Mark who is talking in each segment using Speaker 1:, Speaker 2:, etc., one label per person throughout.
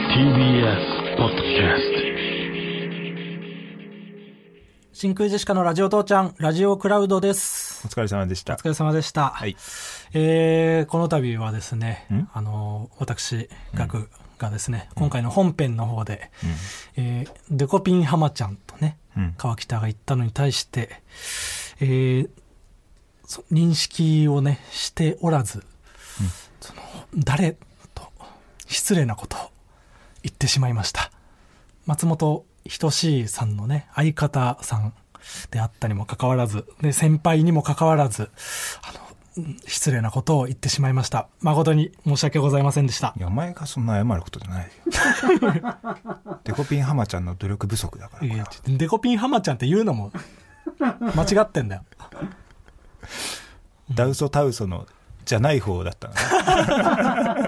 Speaker 1: TBS ポッドキャス
Speaker 2: 真空ジェシカのラジオ父ちゃん、ラジオクラウドです。
Speaker 3: お疲れ様でし
Speaker 2: お
Speaker 3: た。
Speaker 2: 疲れ様でした。
Speaker 3: はい。
Speaker 2: えー、この度はですね
Speaker 3: ん、
Speaker 2: あの、私、ガクがですね、今回の本編の方で、えーデコピンハマちゃんとね、
Speaker 3: うん。
Speaker 2: 川北が言ったのに対して、えーそ認識をね、しておらず、その、誰と、失礼なことを言ってしまいました。松本人志さんのね、相方さんであったにもかかわらず、で先輩にもかかわらず、あの、うん失礼なことを言ってしまいました。誠に申し訳ございませんでした
Speaker 3: い。や、お前がそんな謝ることじゃないよ。 デコピンハマちゃんの努力不足だから。
Speaker 2: い
Speaker 3: これ
Speaker 2: や
Speaker 3: は
Speaker 2: デコピンハマちゃんって言うのも、間違ってんだよ。
Speaker 3: ダウソタウソの、じゃない方だったの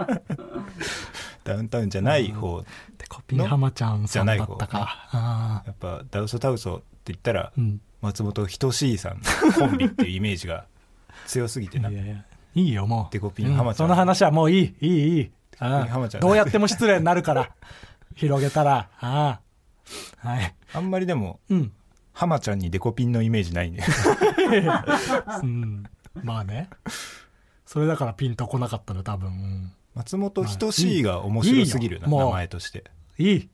Speaker 3: ね。 ダウンタウンじゃない方。
Speaker 2: デコピンハマちゃんさんだったか。ああ
Speaker 3: やっぱ、ダウソタウソって言ったら、
Speaker 2: うん。
Speaker 3: 松本人志さんのコンビっていうイメージが強すぎて
Speaker 2: い
Speaker 3: な
Speaker 2: や。いや、いいよ、もう。
Speaker 3: デコピンハマちゃん
Speaker 2: うその話はもういい、いい、いい。あ
Speaker 3: ピンハマち
Speaker 2: あ
Speaker 3: ゃん
Speaker 2: どうやっても失礼になるから。広げたら、ああ。はい。
Speaker 3: あんまりでも、
Speaker 2: うん。
Speaker 3: ハマちゃんにデコピンのイメージな いんで。
Speaker 2: うん。まあね。それだからピンとこなかったの、多分。うん
Speaker 3: 松本人志が面白すぎるな、
Speaker 2: いいよもう
Speaker 3: 名前として。
Speaker 2: いい。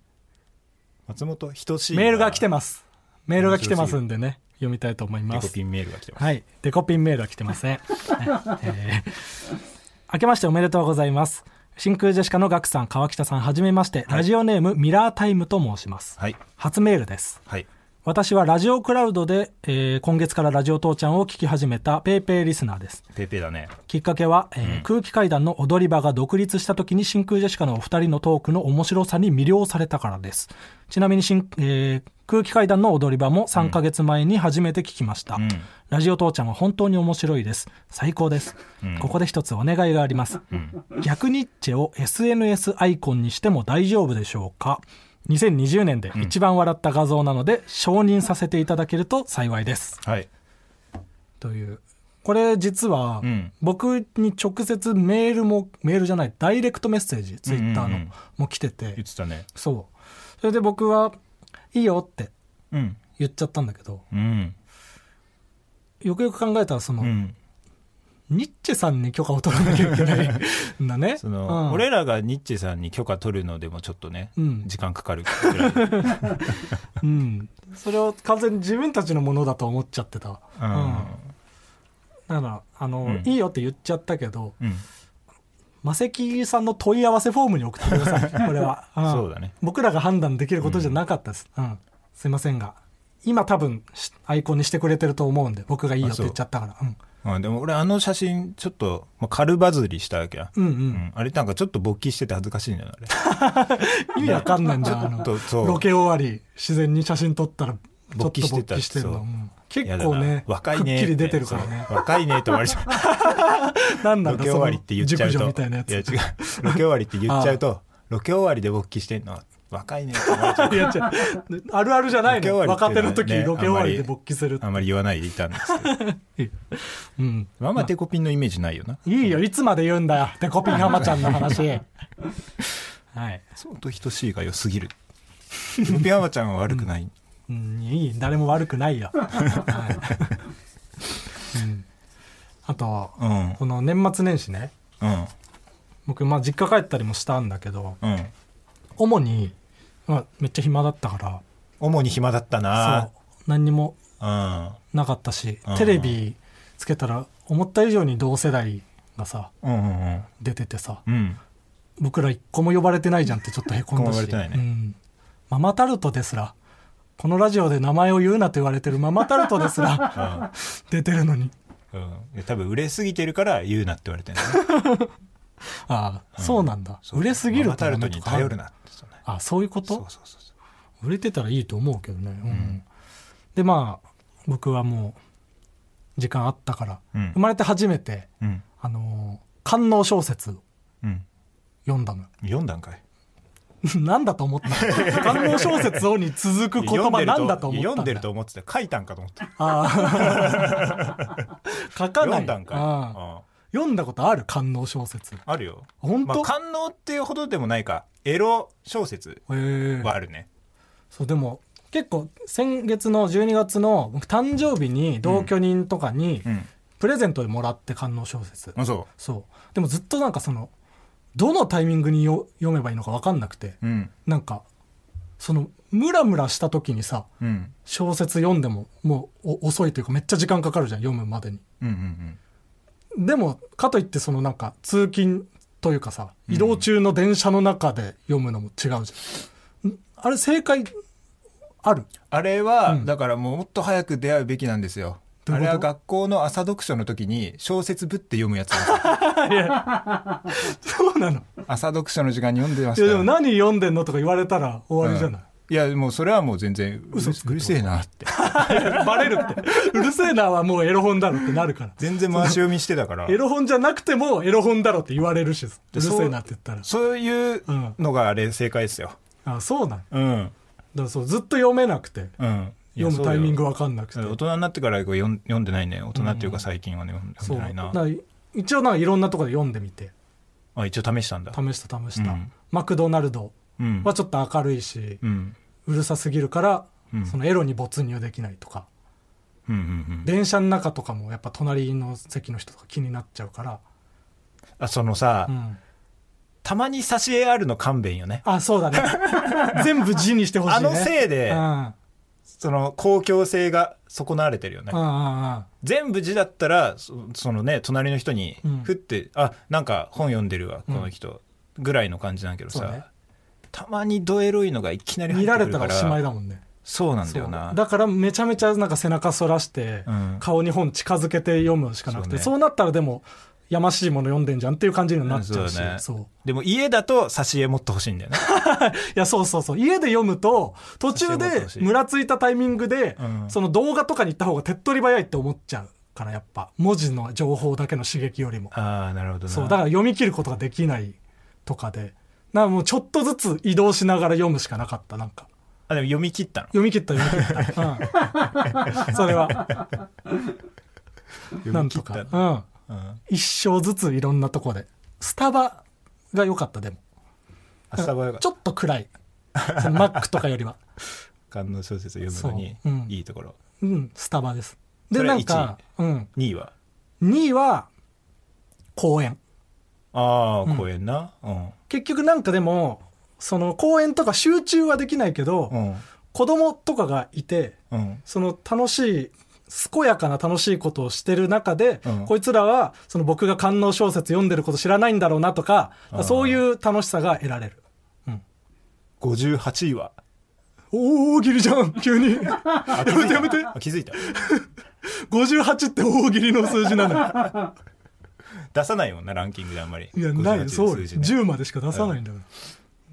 Speaker 3: 松本人志。
Speaker 2: メールが来て
Speaker 3: ま
Speaker 2: ます。メールが来てますんでね、読みたいと思いま
Speaker 3: デコ
Speaker 2: す。
Speaker 3: ピンメールが来てます。
Speaker 2: はい。デコピンメールは来てま せん。ねえー明けましておめでとうございます。真空ジェシカのガクさん、川北さん、はじめまして、ラジオネーム、ミラータイムと申します。
Speaker 3: はい。
Speaker 2: 初メールです。
Speaker 3: はい。
Speaker 2: 私はラジオクラウドで、えー今月からラジオ父ちゃんを聞き始めたペイペイリスナーです。
Speaker 3: ペーペーだね。
Speaker 2: きっかけは、えー空気階段の踊り場が独立した時に真空ジェシカのお二人のトークの面白さに魅了されたからです。ちなみに新、えー空気階段の踊り場も3ヶ月前に初めて聞きました。
Speaker 3: うん。
Speaker 2: ラジオ父ちゃんは本当に面白いです。最高です。ここで一つお願いがあります。逆ニッチェを SNS アイコンにしても大丈夫でしょうか2020年で一番笑った画像なので、承認させていただけると幸いです。
Speaker 3: はい。
Speaker 2: という。これ実は
Speaker 3: うん、
Speaker 2: 僕に直接メールも、メールじゃない、ダイレクトメッセージ、ツイッター
Speaker 3: うんうんう
Speaker 2: の
Speaker 3: ん
Speaker 2: も来てて、
Speaker 3: 言ってたね。
Speaker 2: そう。それで僕は、いいよって
Speaker 3: うん。
Speaker 2: 言っちゃったんだけど、
Speaker 3: うん。
Speaker 2: よくよく考えたらその、
Speaker 3: うん。
Speaker 2: ニッチェさんに許可を取らなきゃいけないんだ ね。
Speaker 3: その、
Speaker 2: うん
Speaker 3: 俺らがニッチェさんに許可取るのでもちょっとね、
Speaker 2: うん
Speaker 3: 時間かかるくらい。
Speaker 2: うん。それを完全に自分たちのものだと思っちゃってた。
Speaker 3: う
Speaker 2: うん
Speaker 3: ん。
Speaker 2: だから、あの、
Speaker 3: うん
Speaker 2: いいよって言っちゃったけど、
Speaker 3: うん。
Speaker 2: マセキさんの問い合わせフォームに送ってください。これは。ん
Speaker 3: そうだね。
Speaker 2: 僕らが判断できることじゃなかったです。うん。すいませんが。今多分、しアイコンにしてくれてると思うんで、僕がいいよって言っちゃったから。うん
Speaker 3: うん、でも俺あの写真、ちょっと、まあ、軽バズりしたわけや。
Speaker 2: うんう。
Speaker 3: うんんあれなんかちょっと勃起してて恥ずかしいんだよ、あれ。
Speaker 2: 意味わかんないんだよ、あの
Speaker 3: とそう
Speaker 2: ロケ終わり、自然に写真撮ったら、ちょっと
Speaker 3: 勃起して
Speaker 2: 勃
Speaker 3: た
Speaker 2: 起してるの。
Speaker 3: そう
Speaker 2: うん
Speaker 3: や
Speaker 2: 結
Speaker 3: だな
Speaker 2: 構ね、
Speaker 3: 若いね
Speaker 2: くっきり出てるからね
Speaker 3: そ。う若いねって終わりじゃん。
Speaker 2: なん なん
Speaker 3: ロ
Speaker 2: だ
Speaker 3: ケ終わりって言っちゃう
Speaker 2: その熟
Speaker 3: と。
Speaker 2: 女みたいなやつ。
Speaker 3: や違う。ロケ終わりって言っちゃうと、ロケ終わりで勃起してんの。若いねって終わりちゃ う。
Speaker 2: いや違うあるあるじゃないの。
Speaker 3: ロケ
Speaker 2: 若
Speaker 3: 終
Speaker 2: 手
Speaker 3: わり
Speaker 2: の
Speaker 3: って
Speaker 2: 時、
Speaker 3: いうのはね
Speaker 2: ロケ終わりで勃起するって
Speaker 3: あんまり言わないでいたんですけど。
Speaker 2: いう。うん。
Speaker 3: まあまあデコピンのイメージないよな。
Speaker 2: いいよ、いつまで言うん だよ。デコピンハマちゃんの話。はい。
Speaker 3: 相当等しいが良すぎる。ピアマちゃんは悪くない。
Speaker 2: うん、いい、誰も悪くない よ。はいうんあと、
Speaker 3: うん。うん。
Speaker 2: この年末年始ね、僕、まあ実家帰ったりもしたんだけど、
Speaker 3: うん。
Speaker 2: 主に、まあめっちゃ暇だったから、
Speaker 3: 主に暇だったな。
Speaker 2: そう、何にも
Speaker 3: うん。
Speaker 2: なかったし
Speaker 3: うん、
Speaker 2: テレビつけたら、思った以上に同世代がさ、
Speaker 3: うんうん
Speaker 2: 出ててさ、
Speaker 3: うん。うん。
Speaker 2: 僕ら一個も呼ばれてないじゃんってちょっとへこんだし。
Speaker 3: 一個も呼ばれてないね
Speaker 2: うん。ママタルトですら、このラジオで名前を言うなと言われてるママタルトです ら、出てるのに。
Speaker 3: うん。いや多分売れすぎてるから言うなって言われてるんだね。
Speaker 2: ああ、そうなんだ。売れすぎる
Speaker 3: マタルトに頼るなって。そうね
Speaker 2: ああ、そういうこと
Speaker 3: そうそうそうそう。
Speaker 2: 売れてたらいいと思うけどね。うん。で、まあ、僕はもう、時間あったから、
Speaker 3: うん
Speaker 2: 生まれて初めて、
Speaker 3: うん。
Speaker 2: あのー官能小説を
Speaker 3: うん。
Speaker 2: 読んだのよ。
Speaker 3: 読んだんかい。
Speaker 2: なんだと思 ったの官能小説をに続く言葉なんだと思った
Speaker 3: 読んでる
Speaker 2: だ
Speaker 3: と思ってた。書いたんかと思った。
Speaker 2: ああ書 かない
Speaker 3: 読んだんかい。
Speaker 2: ああ
Speaker 3: うん
Speaker 2: 読んだことある官能小説
Speaker 3: あるよ。
Speaker 2: 本当
Speaker 3: まあ、官能っていうほどでもないか。エロ小説
Speaker 2: えー
Speaker 3: はあるね、
Speaker 2: そうでも結構先月の12月の僕誕生日に同居人とかに
Speaker 3: うん
Speaker 2: プレゼントでもらって観音小説、
Speaker 3: あそ
Speaker 2: そうでもずっとなんかそのどのタイミングによ読めばいいのか分かんなくて
Speaker 3: ううん
Speaker 2: なんかそのムラムラした時にさ
Speaker 3: うん
Speaker 2: 小説読んでももうお遅いというかめっちゃ時間かかるじゃん読むまでに
Speaker 3: うんうんうん
Speaker 2: でもかといってそのなんか通勤というかさ
Speaker 3: うん
Speaker 2: 移動中の電車の中で読むのも違うじゃん、んあれ正解ある
Speaker 3: あれは、
Speaker 2: うん
Speaker 3: だからもっと早く出会うべきなんですよ
Speaker 2: どう
Speaker 3: あ
Speaker 2: いうこ
Speaker 3: れ
Speaker 2: と
Speaker 3: は学校の朝読書の時に小説ぶって読むやつ なんで
Speaker 2: そうなの
Speaker 3: すよ朝読書の時間に読んでまし
Speaker 2: い
Speaker 3: た
Speaker 2: や
Speaker 3: よ
Speaker 2: でも何読んでんのとか言われたら終わりじゃない、
Speaker 3: いやもうそれはもう全然う
Speaker 2: 嘘
Speaker 3: る
Speaker 2: つく
Speaker 3: うるせえなって
Speaker 2: バレるってうるせえなはもうエロ本だろってなるから
Speaker 3: 全然回し読みしてたから
Speaker 2: エロ本じゃなくてもエロ本だろって言われるしうるせえなって言ったら
Speaker 3: そういう
Speaker 2: うん
Speaker 3: のがあれ正解ですよ
Speaker 2: あそうなんだか
Speaker 3: うん
Speaker 2: らそうずっと読めなくて
Speaker 3: うんいや
Speaker 2: 読むタイミング
Speaker 3: そうよ
Speaker 2: わかんなくて
Speaker 3: 大人になってからこう読ん読んでないね大人っていうか最近はね読ん
Speaker 2: そ
Speaker 3: 読
Speaker 2: うん
Speaker 3: でな
Speaker 2: だ
Speaker 3: いな
Speaker 2: から一応なんかいろんなとこで読んでみて
Speaker 3: あ一応試したんだ
Speaker 2: 試した試した、
Speaker 3: うん
Speaker 2: マクドナルド
Speaker 3: うん
Speaker 2: はちょっと明るいし、
Speaker 3: うん
Speaker 2: うるさすぎるから、
Speaker 3: うん
Speaker 2: そのエロに没入できないとか
Speaker 3: うんうんうん
Speaker 2: 電車の中とかもやっぱ隣の席の人とか気になっちゃうから、
Speaker 3: あそのさ
Speaker 2: うん
Speaker 3: たまに挿絵あるの勘弁よね
Speaker 2: あそう だね全部字にしてほしいね
Speaker 3: あのせいで
Speaker 2: うんうん
Speaker 3: その公共性が損なわれてるよね
Speaker 2: うんうん
Speaker 3: 全部字だったらそそのね隣の人に
Speaker 2: うん
Speaker 3: ふって、あなんか本読んでるわこの人、ぐらいの感じなんだけど
Speaker 2: そう
Speaker 3: さ、
Speaker 2: ね
Speaker 3: たまにドエロいのがいきなり入
Speaker 2: 見
Speaker 3: って
Speaker 2: ら
Speaker 3: く
Speaker 2: れ
Speaker 3: る
Speaker 2: た
Speaker 3: から
Speaker 2: おしまいだもんね
Speaker 3: そうなんだよな
Speaker 2: そうだからめちゃめちゃなんか背中そらして、
Speaker 3: うん
Speaker 2: 顔に本近づけて読むしかなくて
Speaker 3: そう
Speaker 2: そう,、
Speaker 3: ね
Speaker 2: なったらでもやましいもの読んでんじゃんっていう感じにはなっちゃうし、
Speaker 3: うんそうだね
Speaker 2: そう
Speaker 3: でも家だと挿絵持ってほしいんだよね
Speaker 2: いや、そうそうそう。家で読むと、途中
Speaker 3: 写真も
Speaker 2: で
Speaker 3: 楽しい
Speaker 2: ムラついたタイミングで、
Speaker 3: うん
Speaker 2: その動画とかに行った方が手っ取り早いって思っちゃうから、やっぱ。文字の情報だけの刺激よりも。
Speaker 3: ああなるほどな
Speaker 2: そう。だから読み切ることができないとかで。なんかもうちょっとずつ移動しながら読むしかなかった、なんか。
Speaker 3: あでも読み切ったの
Speaker 2: 読み切った、読み切 った。うん。それは、
Speaker 3: 読
Speaker 2: な
Speaker 3: み
Speaker 2: ん
Speaker 3: 切
Speaker 2: と
Speaker 3: った
Speaker 2: か。
Speaker 3: の
Speaker 2: うん。
Speaker 3: うん
Speaker 2: 一生ずついろんなとこで。スタバが良かった、でも。
Speaker 3: あスタバよかっ
Speaker 2: ちょっと暗い。そのマックとかよりは。
Speaker 3: た観音小説読むのに
Speaker 2: そううん
Speaker 3: いいところ、
Speaker 2: うん、スタバです。
Speaker 3: そ
Speaker 2: で、
Speaker 3: れ
Speaker 2: な
Speaker 3: は
Speaker 2: んか、うん。
Speaker 3: 2位は
Speaker 2: 2位は、公園。
Speaker 3: あ
Speaker 2: う
Speaker 3: あ
Speaker 2: ん
Speaker 3: 公園なうん
Speaker 2: 結局なんかでも、その公園とか集中はできないけど、
Speaker 3: うん
Speaker 2: 子供とかがいて、
Speaker 3: うん
Speaker 2: その楽しい、健やかな楽しいことをしてる中で、
Speaker 3: うん
Speaker 2: こいつらは、その僕が官能小説読んでること知らないんだろうなとか
Speaker 3: あー、
Speaker 2: そういう楽しさが得られる。
Speaker 3: 58位は
Speaker 2: 大喜利じゃん急に
Speaker 3: あ気づいた
Speaker 2: やめて
Speaker 3: あ気づいた
Speaker 2: 58って大喜利の数字 なの
Speaker 3: 出さないもんなランキングであんまり
Speaker 2: いやない
Speaker 3: 58
Speaker 2: そう
Speaker 3: の数
Speaker 2: よ
Speaker 3: 字ね
Speaker 2: 10までしか出さないんだから、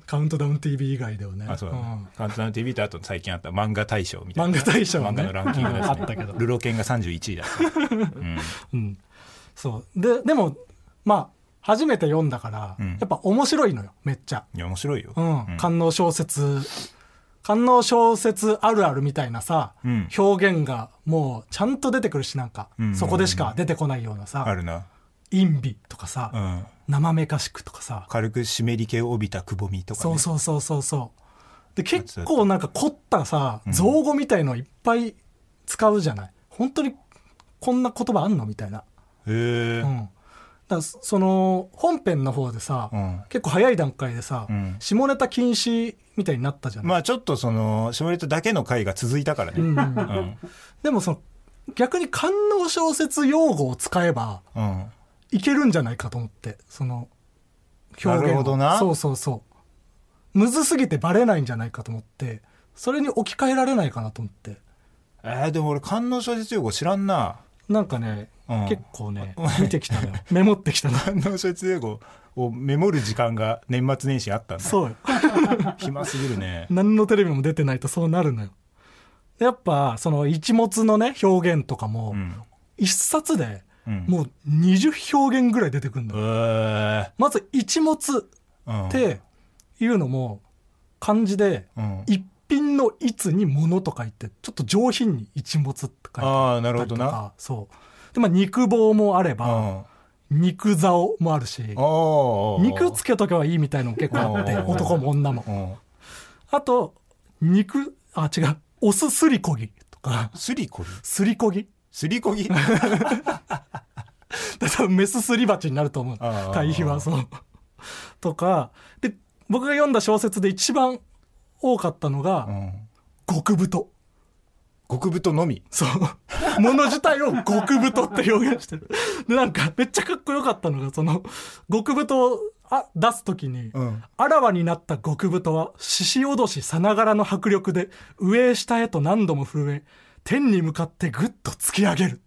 Speaker 2: カウントダウン TV 以外ではね
Speaker 3: あそうだね
Speaker 2: ん、
Speaker 3: 簡単な TV とあと最近あった漫画大賞みたい
Speaker 2: 漫
Speaker 3: な
Speaker 2: 画大賞、ね、
Speaker 3: 漫画のランキングです、ね、
Speaker 2: あったけど、
Speaker 3: ルロケンが31位だった、うん、
Speaker 2: うん、そうででもまあ初めて読んだから、
Speaker 3: うん
Speaker 2: やっぱ面白いのよめっちゃ、
Speaker 3: いや面白いよ、
Speaker 2: うん
Speaker 3: うん
Speaker 2: 官能小説官能小説あるあるみたいなさ、
Speaker 3: うん
Speaker 2: 表現がもうちゃんと出てくるしなんか、
Speaker 3: うん
Speaker 2: そこでしか出てこないような
Speaker 3: あ
Speaker 2: さ
Speaker 3: るな、
Speaker 2: 陰美とかさ、
Speaker 3: うん、
Speaker 2: 生めかしくとかさ、
Speaker 3: 軽く湿り気を帯びたくぼみとか、ね、
Speaker 2: そうそうそうそうそうで結構なんか凝ったさ
Speaker 3: ん
Speaker 2: 造語みたいのいっぱい使うじゃない本当にこんな言葉あんのみたいな
Speaker 3: へえ
Speaker 2: うん、だからそその本編の方でさ、
Speaker 3: うん
Speaker 2: 結構早い段階でさ、
Speaker 3: うん
Speaker 2: 下ネタ禁止みたいになったじゃない、
Speaker 3: まあちょっとその下ネタだけの回が続いたからね、
Speaker 2: うん
Speaker 3: うんうん
Speaker 2: でもその逆に官能小説用語を使えばいけるんじゃないかと思ってその表現を
Speaker 3: なるほどな
Speaker 2: そうそうそうむずすぎてバレないんじゃないかと思ってそれに置き換えられないかなと思って
Speaker 3: えーでも俺観音小説用語知らんな
Speaker 2: なんかね、
Speaker 3: うん
Speaker 2: 結構ね見てきたのよメモってき たの
Speaker 3: 観音小説用語をメモる時間が年末年始 あったんだ
Speaker 2: そうよ
Speaker 3: 暇すぎるね
Speaker 2: 何のテレビも出てないとそうなるのよ。でやっぱ、その一物のね、表現とかも、
Speaker 3: うん
Speaker 2: 一冊で
Speaker 3: うん
Speaker 2: もう20表現ぐらい出てくるの
Speaker 3: う
Speaker 2: よ。
Speaker 3: え
Speaker 2: まず一物っ
Speaker 3: ー
Speaker 2: ていうのも、漢字で、
Speaker 3: うんうん
Speaker 2: 一品の一に物と書いて、ちょっと上品に一物って書いてあ
Speaker 3: ああなる
Speaker 2: った
Speaker 3: ほ
Speaker 2: り
Speaker 3: ど
Speaker 2: と
Speaker 3: な
Speaker 2: か、そう。で、まあ肉棒もあれば、
Speaker 3: う
Speaker 2: 肉竿もあるし、
Speaker 3: おーおーおー
Speaker 2: 肉つけとけばいいみたいのも結構あって、
Speaker 3: おー
Speaker 2: 男も女も。
Speaker 3: うん
Speaker 2: あと、肉、あ、違う、オスすりこぎとか、
Speaker 3: すりこぎ
Speaker 2: すりこぎ。
Speaker 3: すり こぎ
Speaker 2: で多分メスすり鉢になると思う
Speaker 3: あー
Speaker 2: 対比はそのとかで僕が読んだ小説で一番多かったの
Speaker 3: う
Speaker 2: が
Speaker 3: ん
Speaker 2: 「極太」
Speaker 3: 極太のみ
Speaker 2: そうもの自体を「極太」って表現してるでなんかめっちゃかっこよかったのがその極太をあ出す時に、
Speaker 3: うん
Speaker 2: あらわになった極太は獅子おどしさながらの迫力で上へ下へと何度も震え天に向かってぐっと突き上げる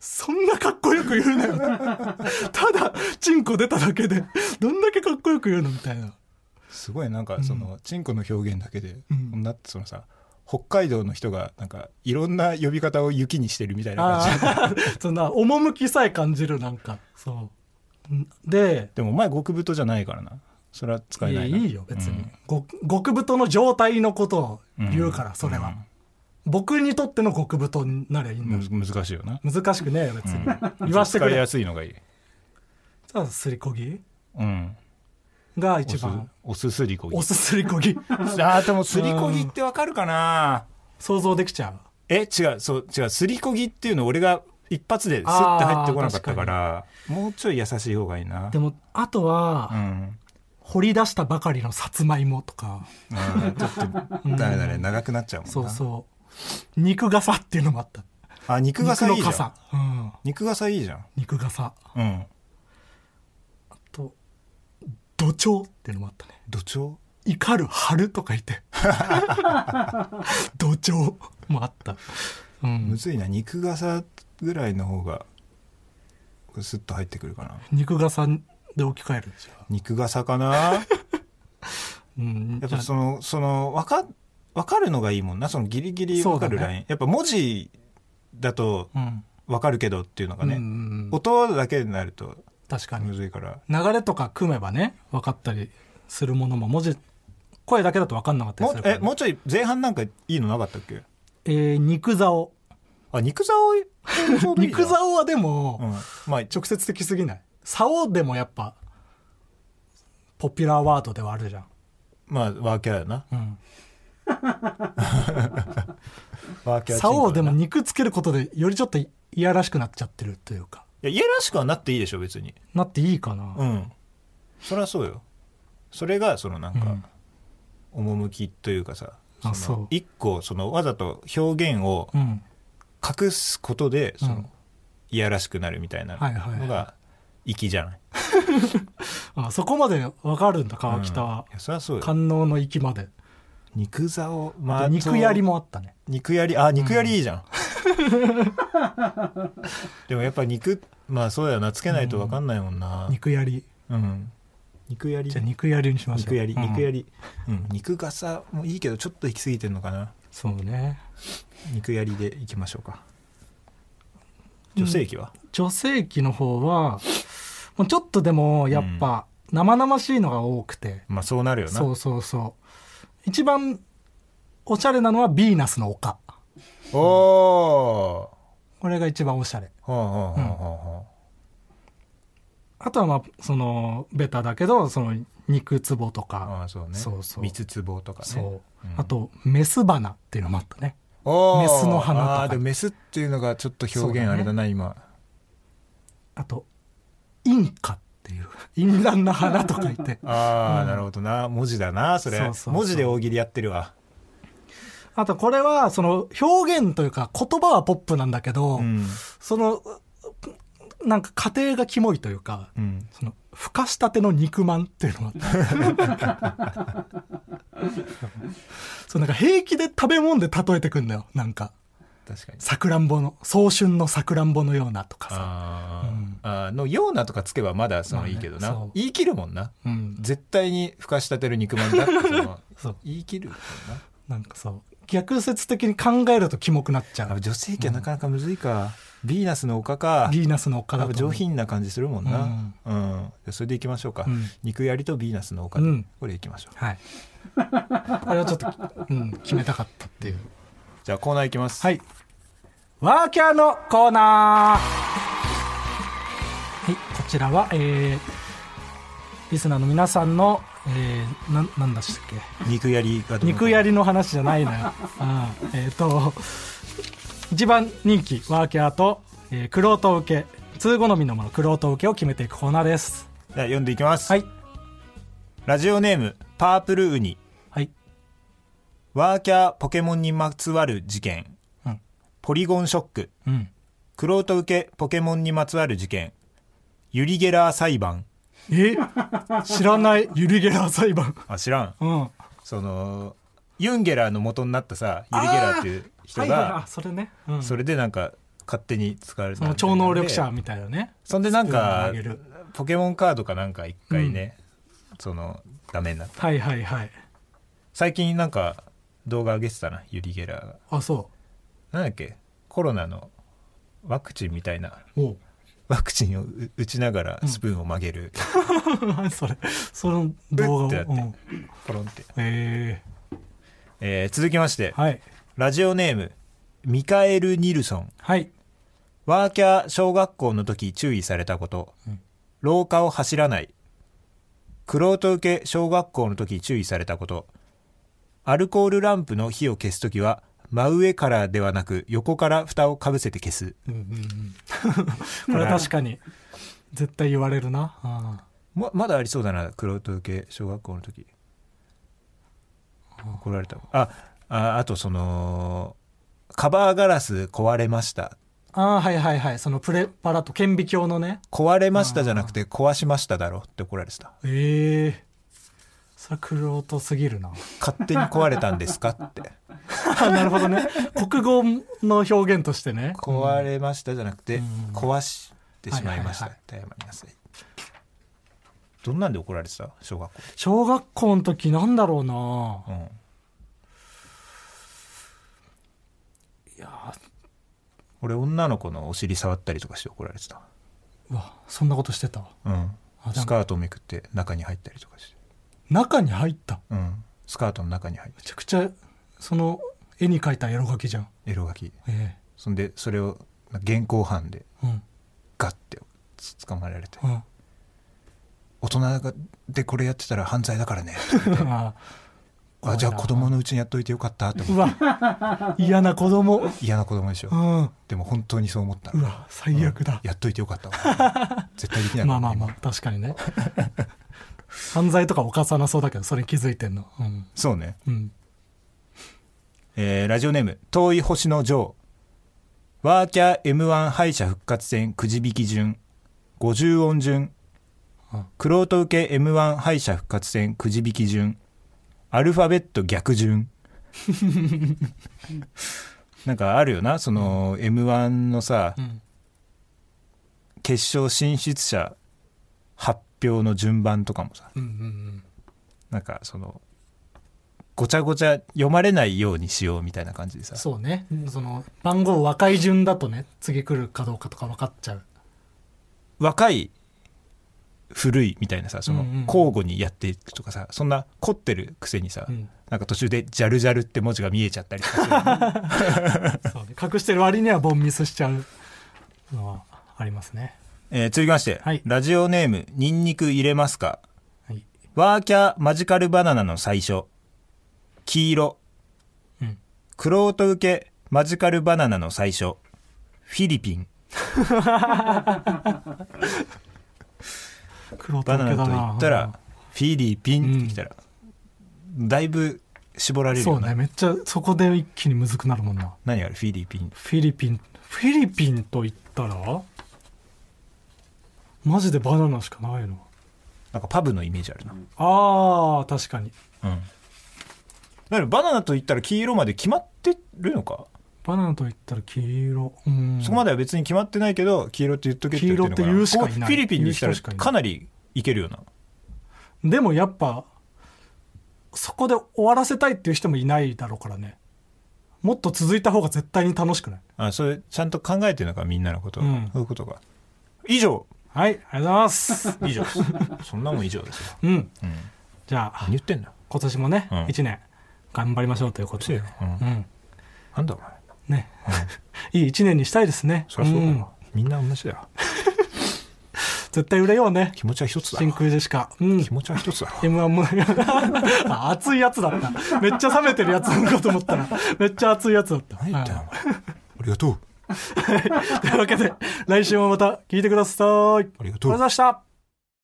Speaker 2: そんなかっこよく言うなよ ただチンコ出ただけでどんだけかっこよく言うのみたいな
Speaker 3: すごいなんかそのチンコの表現だけで
Speaker 2: うん
Speaker 3: こんなってそのさ北海道の人がなんかいろんな呼び方を雪にしてるみたいな感じ
Speaker 2: あーそんな趣さえ感じるなんかそうんで
Speaker 3: でもお前極太じゃないからなそれは使え
Speaker 2: い
Speaker 3: な
Speaker 2: や
Speaker 3: い
Speaker 2: い
Speaker 3: ない
Speaker 2: よ別に、ご極太の状態のことを言うから、
Speaker 3: うん
Speaker 2: それは、僕にとっての極太になりゃいいんだ、
Speaker 3: むず難しいよな
Speaker 2: 難しくねえよ別に、
Speaker 3: うん
Speaker 2: 言わせてく
Speaker 3: 使い
Speaker 2: れ
Speaker 3: やすいのがいい
Speaker 2: じゃあすりこぎ
Speaker 3: うん
Speaker 2: が一番
Speaker 3: おすおすすりこぎ
Speaker 2: おすすりこぎ
Speaker 3: あーでもすりこぎってわかるかな
Speaker 2: 想像できちゃう
Speaker 3: え違うそう違うすりこぎっていうの俺が一発でスッて入ってこなかったからもうちょい優しい方がいいな
Speaker 2: でもあとは、
Speaker 3: うん
Speaker 2: 掘り出したばかりのさつまいもとか
Speaker 3: うんちょっ とだねだね長くなっちゃうもんな
Speaker 2: そうそう肉傘っていうのもあった
Speaker 3: あ肉がさいい
Speaker 2: 肉
Speaker 3: じ
Speaker 2: の
Speaker 3: ゃん
Speaker 2: 傘うん
Speaker 3: 肉がさいいじゃん
Speaker 2: 肉傘
Speaker 3: うん
Speaker 2: と土壌っていうのもあったね
Speaker 3: 土壌
Speaker 2: 怒る春とかい て土壌もあった、うん
Speaker 3: む、ずいな肉がさぐらいの方がスッと入ってくるかな
Speaker 2: 肉傘で置き換えるんですよ、
Speaker 3: 肉が さかな
Speaker 2: うん、
Speaker 3: やっ
Speaker 2: じゃ
Speaker 3: ぱ
Speaker 2: あ
Speaker 3: そのそのわかわかるのがいいもんなそのギリギリわか
Speaker 2: そ
Speaker 3: る
Speaker 2: うだ
Speaker 3: ラ
Speaker 2: ね
Speaker 3: イン、やっぱ文字だと
Speaker 2: うん
Speaker 3: わかるけどっていうのがね、
Speaker 2: うんうんうん、
Speaker 3: 音だけになると
Speaker 2: 確かに
Speaker 3: むずいから
Speaker 2: 流れとか組めばね分かったりするものも文字声だけだと分かんなかったりす
Speaker 3: もう
Speaker 2: るから
Speaker 3: え
Speaker 2: ね、
Speaker 3: もうちょい前半なんかいいのなかったっけ
Speaker 2: えー肉竿
Speaker 3: あ肉竿いちょうどいいじゃん
Speaker 2: 肉竿はでも、
Speaker 3: うんまあちょ
Speaker 2: 直接的すぎない竿でもやっぱポピュラーワードではあるじゃん、
Speaker 3: まあワーキャーやな
Speaker 2: うん、
Speaker 3: ワーキャーチンコだな
Speaker 2: 竿でも肉つけることでよりちょっといいやらしくなっちゃってるというか
Speaker 3: いや家らしくはなっていいでしょ別に
Speaker 2: なっていいかな、
Speaker 3: うんそりゃそうよそれがそのなん
Speaker 2: う
Speaker 3: か
Speaker 2: ん
Speaker 3: 趣というかさ、
Speaker 2: あ
Speaker 3: その
Speaker 2: そう
Speaker 3: 一個そのわざと表現を
Speaker 2: うん
Speaker 3: 隠すことでその、
Speaker 2: うん
Speaker 3: いやらしくなるみたいな
Speaker 2: はいはいはい
Speaker 3: のが粋じゃない,
Speaker 2: あそこまで分かるんだ
Speaker 3: うん、
Speaker 2: 川北は、
Speaker 3: いやそりゃそうよ
Speaker 2: 官能の域まで
Speaker 3: 肉竿ま
Speaker 2: あと肉やりもあったね
Speaker 3: 肉やりあ肉やりいいじゃん、 でもやっぱ肉まあそうだよなつけないと分かんないもんな、
Speaker 2: 肉やり
Speaker 3: うん、肉やり
Speaker 2: じゃあ肉やりにしましょう
Speaker 3: 肉やり
Speaker 2: うん
Speaker 3: 肉やり、うん、肉がさもいいけどちょっと行き過ぎてんのかな
Speaker 2: そうね
Speaker 3: 肉やりでいきましょうか女性器は、
Speaker 2: 女性器の方はもうちょっとでもやっぱ生々しいのが多くて、
Speaker 3: まあそうなるよな
Speaker 2: そうそうそう一番おしゃれなのはヴィーナスの丘
Speaker 3: おお
Speaker 2: これが一番おしゃれ
Speaker 3: ーほうほうほうほうほ
Speaker 2: あとはまあそのベタだけどその肉壺と
Speaker 3: う
Speaker 2: か、
Speaker 3: ああそうね
Speaker 2: そうそう
Speaker 3: 三つ壺とかね
Speaker 2: そう、
Speaker 3: うん
Speaker 2: あとメス花っていうのもあったね
Speaker 3: おー
Speaker 2: メスの花とか
Speaker 3: ああでもメスっていうのがちょっと表現あれだな今
Speaker 2: あとインカっていう淫乱な花とかい て
Speaker 3: ああ、
Speaker 2: うん
Speaker 3: なるほどな文字だなそれ
Speaker 2: そうそうそう
Speaker 3: 文字で大喜利やってるわ
Speaker 2: あとこれはその表現というか言葉はポップなんだけど、
Speaker 3: うん
Speaker 2: そのなんか家庭がキモいというか
Speaker 3: うん
Speaker 2: その、ふかしたての肉まんっていうのがあって。 そう、なんか平気で食べ物で例えてくんだよ。なんか、
Speaker 3: 確かに
Speaker 2: さくらんぼの、早春のさくらんぼのようなとかさ。
Speaker 3: あー、
Speaker 2: うん
Speaker 3: あーのようなとかつけばまだそのいいけどな、
Speaker 2: まあねそう
Speaker 3: 言い切るもんな
Speaker 2: うん。
Speaker 3: 絶対にふかし立てる肉まんだってその
Speaker 2: そう、
Speaker 3: 言い切るもん
Speaker 2: な
Speaker 3: な
Speaker 2: んかそう。逆説的に考えるとキモくなっちゃ
Speaker 3: やっぱ
Speaker 2: う。
Speaker 3: 女性器はなかなかむずいか、ヴィーナスの丘か
Speaker 2: ヴィーナスのおか
Speaker 3: や
Speaker 2: だ
Speaker 3: っぱ
Speaker 2: と。
Speaker 3: 上。品な感じするもんなうん、じゃあそれでいきましょうか、
Speaker 2: うん
Speaker 3: 肉やりとヴィーナスの丘で、
Speaker 2: うん
Speaker 3: これいきましょう
Speaker 2: はい。あれはちょっと、うん、決めたかったっていう。
Speaker 3: じゃあコーナーいきます
Speaker 2: はい。ワーキャーのコーナーはい、こちらは、えーリスナーの皆さんの、えー、ななんだっけ
Speaker 3: 肉やりがどうの
Speaker 2: 肉やりの話じゃないの よ、うんえっ、と一番人気ワーキャーと、えー、クロート受け通好みのものクロート受けを決めていくコーナーです
Speaker 3: じゃあ読んでいきます、
Speaker 2: はい
Speaker 3: ラジオネームパープルウニ
Speaker 2: はい
Speaker 3: ワーキャーポケモンにまつわる事件、
Speaker 2: うん
Speaker 3: ポリゴンショック
Speaker 2: うん
Speaker 3: クロート受けポケモンにまつわる事件ユリゲラー裁判
Speaker 2: え知らないユリゲラー裁判
Speaker 3: あ知らん
Speaker 2: うんユ
Speaker 3: そのユンゲラーの元になったさユリゲラーっていう人
Speaker 2: はいはい、あ
Speaker 3: が
Speaker 2: それね、うん、
Speaker 3: それでなんか勝手に使われた
Speaker 2: その超能力者みたいなね
Speaker 3: そんでなんか
Speaker 2: スプーンを投げる
Speaker 3: ポケモンカードかなんか一回ね、そのダメになった
Speaker 2: はいはいはい
Speaker 3: 最近なんか動画上げてたなユリゲラーが
Speaker 2: あそ
Speaker 3: なんだっけコロナのワクチンみたいな
Speaker 2: うおう
Speaker 3: ワクチンをう打ちながらスプーンを曲げる、
Speaker 2: それその動画
Speaker 3: う
Speaker 2: を
Speaker 3: っ
Speaker 2: う
Speaker 3: てや
Speaker 2: ん
Speaker 3: っコロンって、
Speaker 2: え
Speaker 3: えー続きまして
Speaker 2: ー、はい
Speaker 3: ラジオネームミカエル・ニルソン
Speaker 2: はい
Speaker 3: ワーキャー小学校の時注意されたこと、廊下を走らないクロート受け小学校の時注意されたことアルコールランプの火を消す時は真上からではなく横から蓋をかぶせて消す
Speaker 2: うんうんうん、 これは確かに絶対言われるな、
Speaker 3: ままだありそうだなクロート受け小学校の時怒られたあああとそのカバーガラス壊れました
Speaker 2: うん、ああはいはいはいそのプレパラと顕微鏡のね
Speaker 3: 壊れましたじゃなくて壊しましただろって怒られてた
Speaker 2: ええー、それはクロートすぎるな
Speaker 3: 勝手に壊れたんですかって
Speaker 2: なるほどね国語の表現としてね
Speaker 3: 壊れましたじゃなくて
Speaker 2: ん
Speaker 3: 壊してしまいました
Speaker 2: は
Speaker 3: っ
Speaker 2: い
Speaker 3: て謝りなさいどんなんで怒られてた小学校
Speaker 2: 小学校の時なんだろうな
Speaker 3: うん
Speaker 2: いや
Speaker 3: 俺女の子のお尻触ったりとかして怒られてた
Speaker 2: ーうわそんなことしてたわ
Speaker 3: うん
Speaker 2: あでも
Speaker 3: スカートをめくって中に入ったりとかして
Speaker 2: 中に入った
Speaker 3: うんスカートの中に入って
Speaker 2: めちゃくちゃその絵に描いたエロ書きじゃん
Speaker 3: エロ書き
Speaker 2: え
Speaker 3: そんでそれを現行犯で
Speaker 2: えうん
Speaker 3: ガッてつ捕まえられて
Speaker 2: うん
Speaker 3: 大人がでこれやってたら犯罪だからね
Speaker 2: あ
Speaker 3: あじゃあ子供のうちにやっといてよかったって思
Speaker 2: ー
Speaker 3: っ
Speaker 2: う
Speaker 3: て
Speaker 2: わ嫌な子供
Speaker 3: 嫌な子供でしょ
Speaker 2: うん
Speaker 3: でも本当にそう思った
Speaker 2: うわ最悪だ、
Speaker 3: やっといてよかった わ絶対できない
Speaker 2: まあまあまあ確かにね犯罪とか犯さなそうだけどそれに気づいてんのうん、
Speaker 3: そうね、
Speaker 2: うん、
Speaker 3: えーラジオネーム遠い星のジョーワーキャー m 1敗者復活戦くじ引き順50音順
Speaker 2: うん
Speaker 3: クロート受け m 1敗者復活戦くじ引き順アルファベット逆順 なんかあるよなその m 1のさ、
Speaker 2: うん
Speaker 3: 決勝進出者発表の順番とかもさ
Speaker 2: うんうん
Speaker 3: なんかそのごちゃごちゃ読まれないようにしようみたいな感じでさ
Speaker 2: そうねその番号若い順だとね次来るかどうかとか分かっちゃう
Speaker 3: 若い古いみたいなさそ
Speaker 2: う
Speaker 3: の
Speaker 2: んうん
Speaker 3: 交互にやっていくとかさそんな凝ってるくせにさ、
Speaker 2: うん
Speaker 3: なんか途中で「ジャルジャル」って文字が見えちゃったりとかするよね
Speaker 2: そうね隠してる割にはボンミスしちゃうのはありますね
Speaker 3: えー続きまして、
Speaker 2: はい
Speaker 3: ラジオネーム「ニンニク入れますか?」
Speaker 2: はい
Speaker 3: ワーキャーマジカルバナナの最初黄色
Speaker 2: うん
Speaker 3: クロート受けマジカルバナナの最初フィリピン
Speaker 2: 黒
Speaker 3: バ
Speaker 2: だ
Speaker 3: ナナと言ったらフィリピンってきたら、だいぶ絞られる
Speaker 2: そ
Speaker 3: よ
Speaker 2: う
Speaker 3: うな
Speaker 2: ねめっちゃそこで一気にむずくなるもんな
Speaker 3: 何あれフィリピン
Speaker 2: フィリピンフィリピンと言ったらマジでバナナしかないの
Speaker 3: なんかパブのイメージあるな、うん、
Speaker 2: あー確かに
Speaker 3: だからバナナと言ったら黄色まで決まってるのか、
Speaker 2: バナナと言ったら黄色うん
Speaker 3: そこまでは別に決まってないけど黄色って言っとけってのかな
Speaker 2: 黄色って言うしかいない
Speaker 3: ここフィリピンに来た
Speaker 2: 言う
Speaker 3: ら
Speaker 2: 人しかいない
Speaker 3: かなりいけるよな
Speaker 2: でもやっぱそこで終わらせたいっていう人もいないだろうからねもっと続いた方が絶対に楽しくない
Speaker 3: あそれちゃんと考えてるのかみんなのこと、
Speaker 2: うん
Speaker 3: そういうことか以上
Speaker 2: はいありがとうございます
Speaker 3: 以上です そんなもん以上ですよ、
Speaker 2: うん
Speaker 3: うん、
Speaker 2: じゃあ
Speaker 3: 何言ってんだ
Speaker 2: 今年もね、
Speaker 3: うん
Speaker 2: 一1年頑張りましょうということ
Speaker 3: せ
Speaker 2: で
Speaker 3: よ、うん
Speaker 2: うん
Speaker 3: なんだお前
Speaker 2: ね、いい1年にしたいですね
Speaker 3: そりゃそうだ
Speaker 2: う
Speaker 3: よ、
Speaker 2: ん
Speaker 3: みんな同じだよ
Speaker 2: 絶対売れようね
Speaker 3: 気持ちは一つだ
Speaker 2: 真空ジェシカうん
Speaker 3: 気持ちは一つだ
Speaker 2: M1 も あ熱いやつだっためっちゃ冷めてるやつなのかと思ったらめっちゃ熱いやつだった
Speaker 3: 何言ってんの
Speaker 2: は
Speaker 3: お前 ありがとう
Speaker 2: いというわけで来週もまた聞いてくださいありが
Speaker 3: ありがとう
Speaker 2: ございました